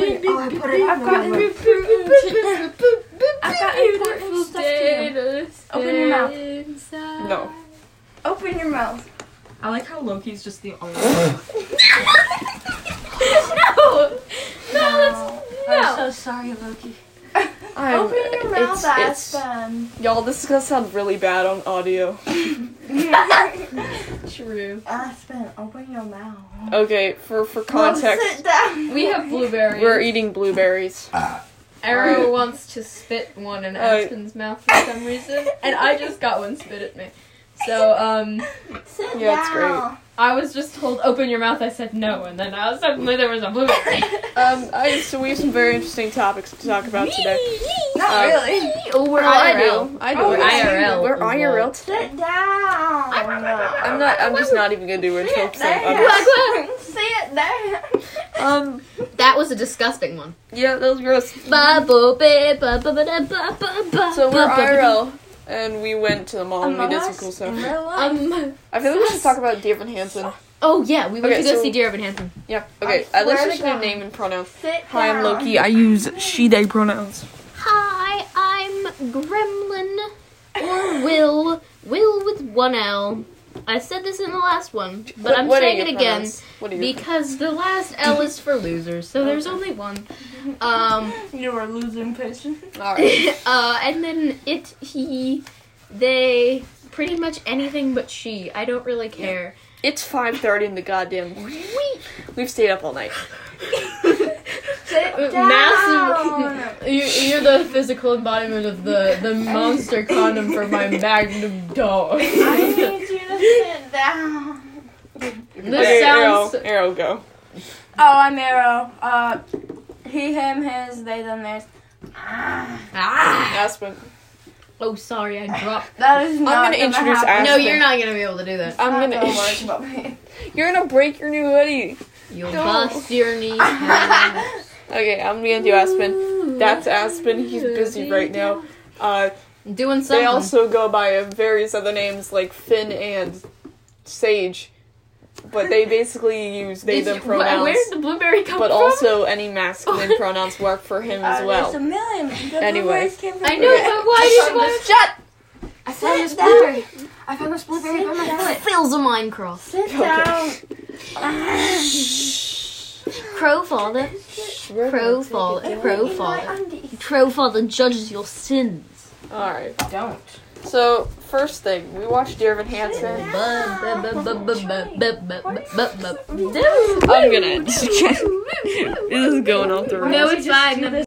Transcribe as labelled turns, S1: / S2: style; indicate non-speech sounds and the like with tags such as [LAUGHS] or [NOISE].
S1: go and put it on
S2: I've
S1: the
S2: got
S1: remote. I've got important food stuff to do. Open your mouth.
S3: No.
S1: Open your mouth.
S3: I like how Loki's just the only one.
S2: No! No,
S1: I'm
S2: that's. No!
S1: so sorry, Loki.
S3: I'm-
S1: Open your mouth,
S3: it's-
S1: Aspen.
S3: Y'all, this is gonna sound really bad on audio.
S2: True.
S1: [LAUGHS] Aspen, open your mouth.
S3: Okay, for, for
S1: Mom, sit
S3: context,
S1: down.
S2: We have blueberries.
S3: we're eating blueberries. Um,
S2: Arrow wants to spit one in
S3: Alright.
S2: Aspen's mouth for some reason, and I just got one spit at me. So, um,
S1: Sit
S3: Yeah, it's great.
S1: down.
S2: I was just told, open your mouth, I said no, and then uh, suddenly there was a blueberry.
S3: Um, I, so we have some very interesting topics to talk about today.
S1: Not
S2: Uh,
S3: Um,
S1: really.
S3: Oh, we're
S2: IRL.
S3: I do.
S1: Oh,
S3: I do.
S1: we're
S2: IRL.
S3: We're IRL today.
S1: Sit down.
S3: I'm not. I'm just not even gonna do
S1: Sit
S3: intro. 'cause I'm-
S1: down.
S3: I'm-
S1: [LAUGHS]
S2: [LAUGHS]
S1: Sit down.
S3: Um.
S2: [LAUGHS] That was a disgusting one.
S3: Yeah, that was gross. So
S2: So
S3: we're IRL, and we went to the
S1: [LAUGHS]
S3: mall and we
S1: Among
S3: did some
S1: Us
S3: Um, cool
S1: in
S3: stuff.
S1: real life.
S2: Um.
S3: I feel like we should talk about Dear Evan Hansen.
S2: Oh yeah, we went
S3: Okay,
S2: to go
S3: so-
S2: see Dear Evan Hansen.
S3: Yeah.
S1: I
S3: Okay.
S1: swear
S3: At least
S1: to
S3: I should have
S1: God.
S3: name and pronoun.
S1: Sit
S3: Hi, I'm
S1: down.
S3: Loki. I use she/they pronouns.
S2: Hi, I'm Gremlin or Will. Will with one L. I said this in the last one, but
S3: What-
S2: I'm
S3: what are
S2: saying
S3: your
S2: it again
S3: pronouns? What are your?
S2: because the last L is for losers, so there's only one. Um. [LAUGHS]
S1: You were losing patience.
S3: Alright.
S2: uh, and then it, he, they, pretty much anything but she. I don't really care.
S3: It's 5:30 in the goddamn morning.
S2: [LAUGHS] Wee.
S3: We've stayed up all night. [LAUGHS]
S1: Sit down.
S2: Massive- You, you're the physical embodiment of the, the monster condom for my magnum [LAUGHS] dog.
S1: I need you
S3: [LAUGHS]
S1: to sit down.
S2: This sounds.
S3: Arrow, arrow, go.
S1: Oh, I'm Arrow. Uh, he, him, his, they, them, theirs. Ah,
S2: Ah!
S3: Aspen.
S2: Oh, sorry, I dropped.
S1: that is not
S3: gonna introduce
S1: happen.
S3: Ash.
S2: No, you're not gonna be able to do that.
S3: I'm
S1: Not
S3: gonna.
S1: gonna work about me.
S3: [LAUGHS] You're gonna break your new hoodie.
S2: You'll
S3: No.
S2: bust your [LAUGHS] knee.
S3: Okay, I'm gonna do Aspen. That's Aspen. He's busy right now. Uh,
S2: Doing
S3: They
S2: something.
S3: also go by various other names like Finn and Sage, but they basically use they
S2: Did
S3: them
S2: you- wh-
S3: pronouns.
S2: Where did the blueberry come
S3: but
S2: from? Oh,
S3: also any
S2: [LAUGHS]
S3: masculine pronouns work for him
S1: Uh,
S3: as well.
S1: There's a million. The
S3: Anyway.
S1: blueberries came from
S2: I know, but why did you want to? Shut.
S4: I found this
S1: Sit down.
S4: blueberry. I found this blueberry
S1: Sit
S4: by my
S1: down.
S4: foot.
S2: Phil's a Minecraft.
S1: Sit
S3: Okay.
S1: down.
S2: Crowfather. Crowfather. Crowfather. Crowfather judges your sins.
S3: Alright.
S1: Don't.
S3: So first thing, we watched Dear Evan Hansen.
S2: No,
S3: [LAUGHS] I'm gonna this is going off the rails.
S2: it's fine.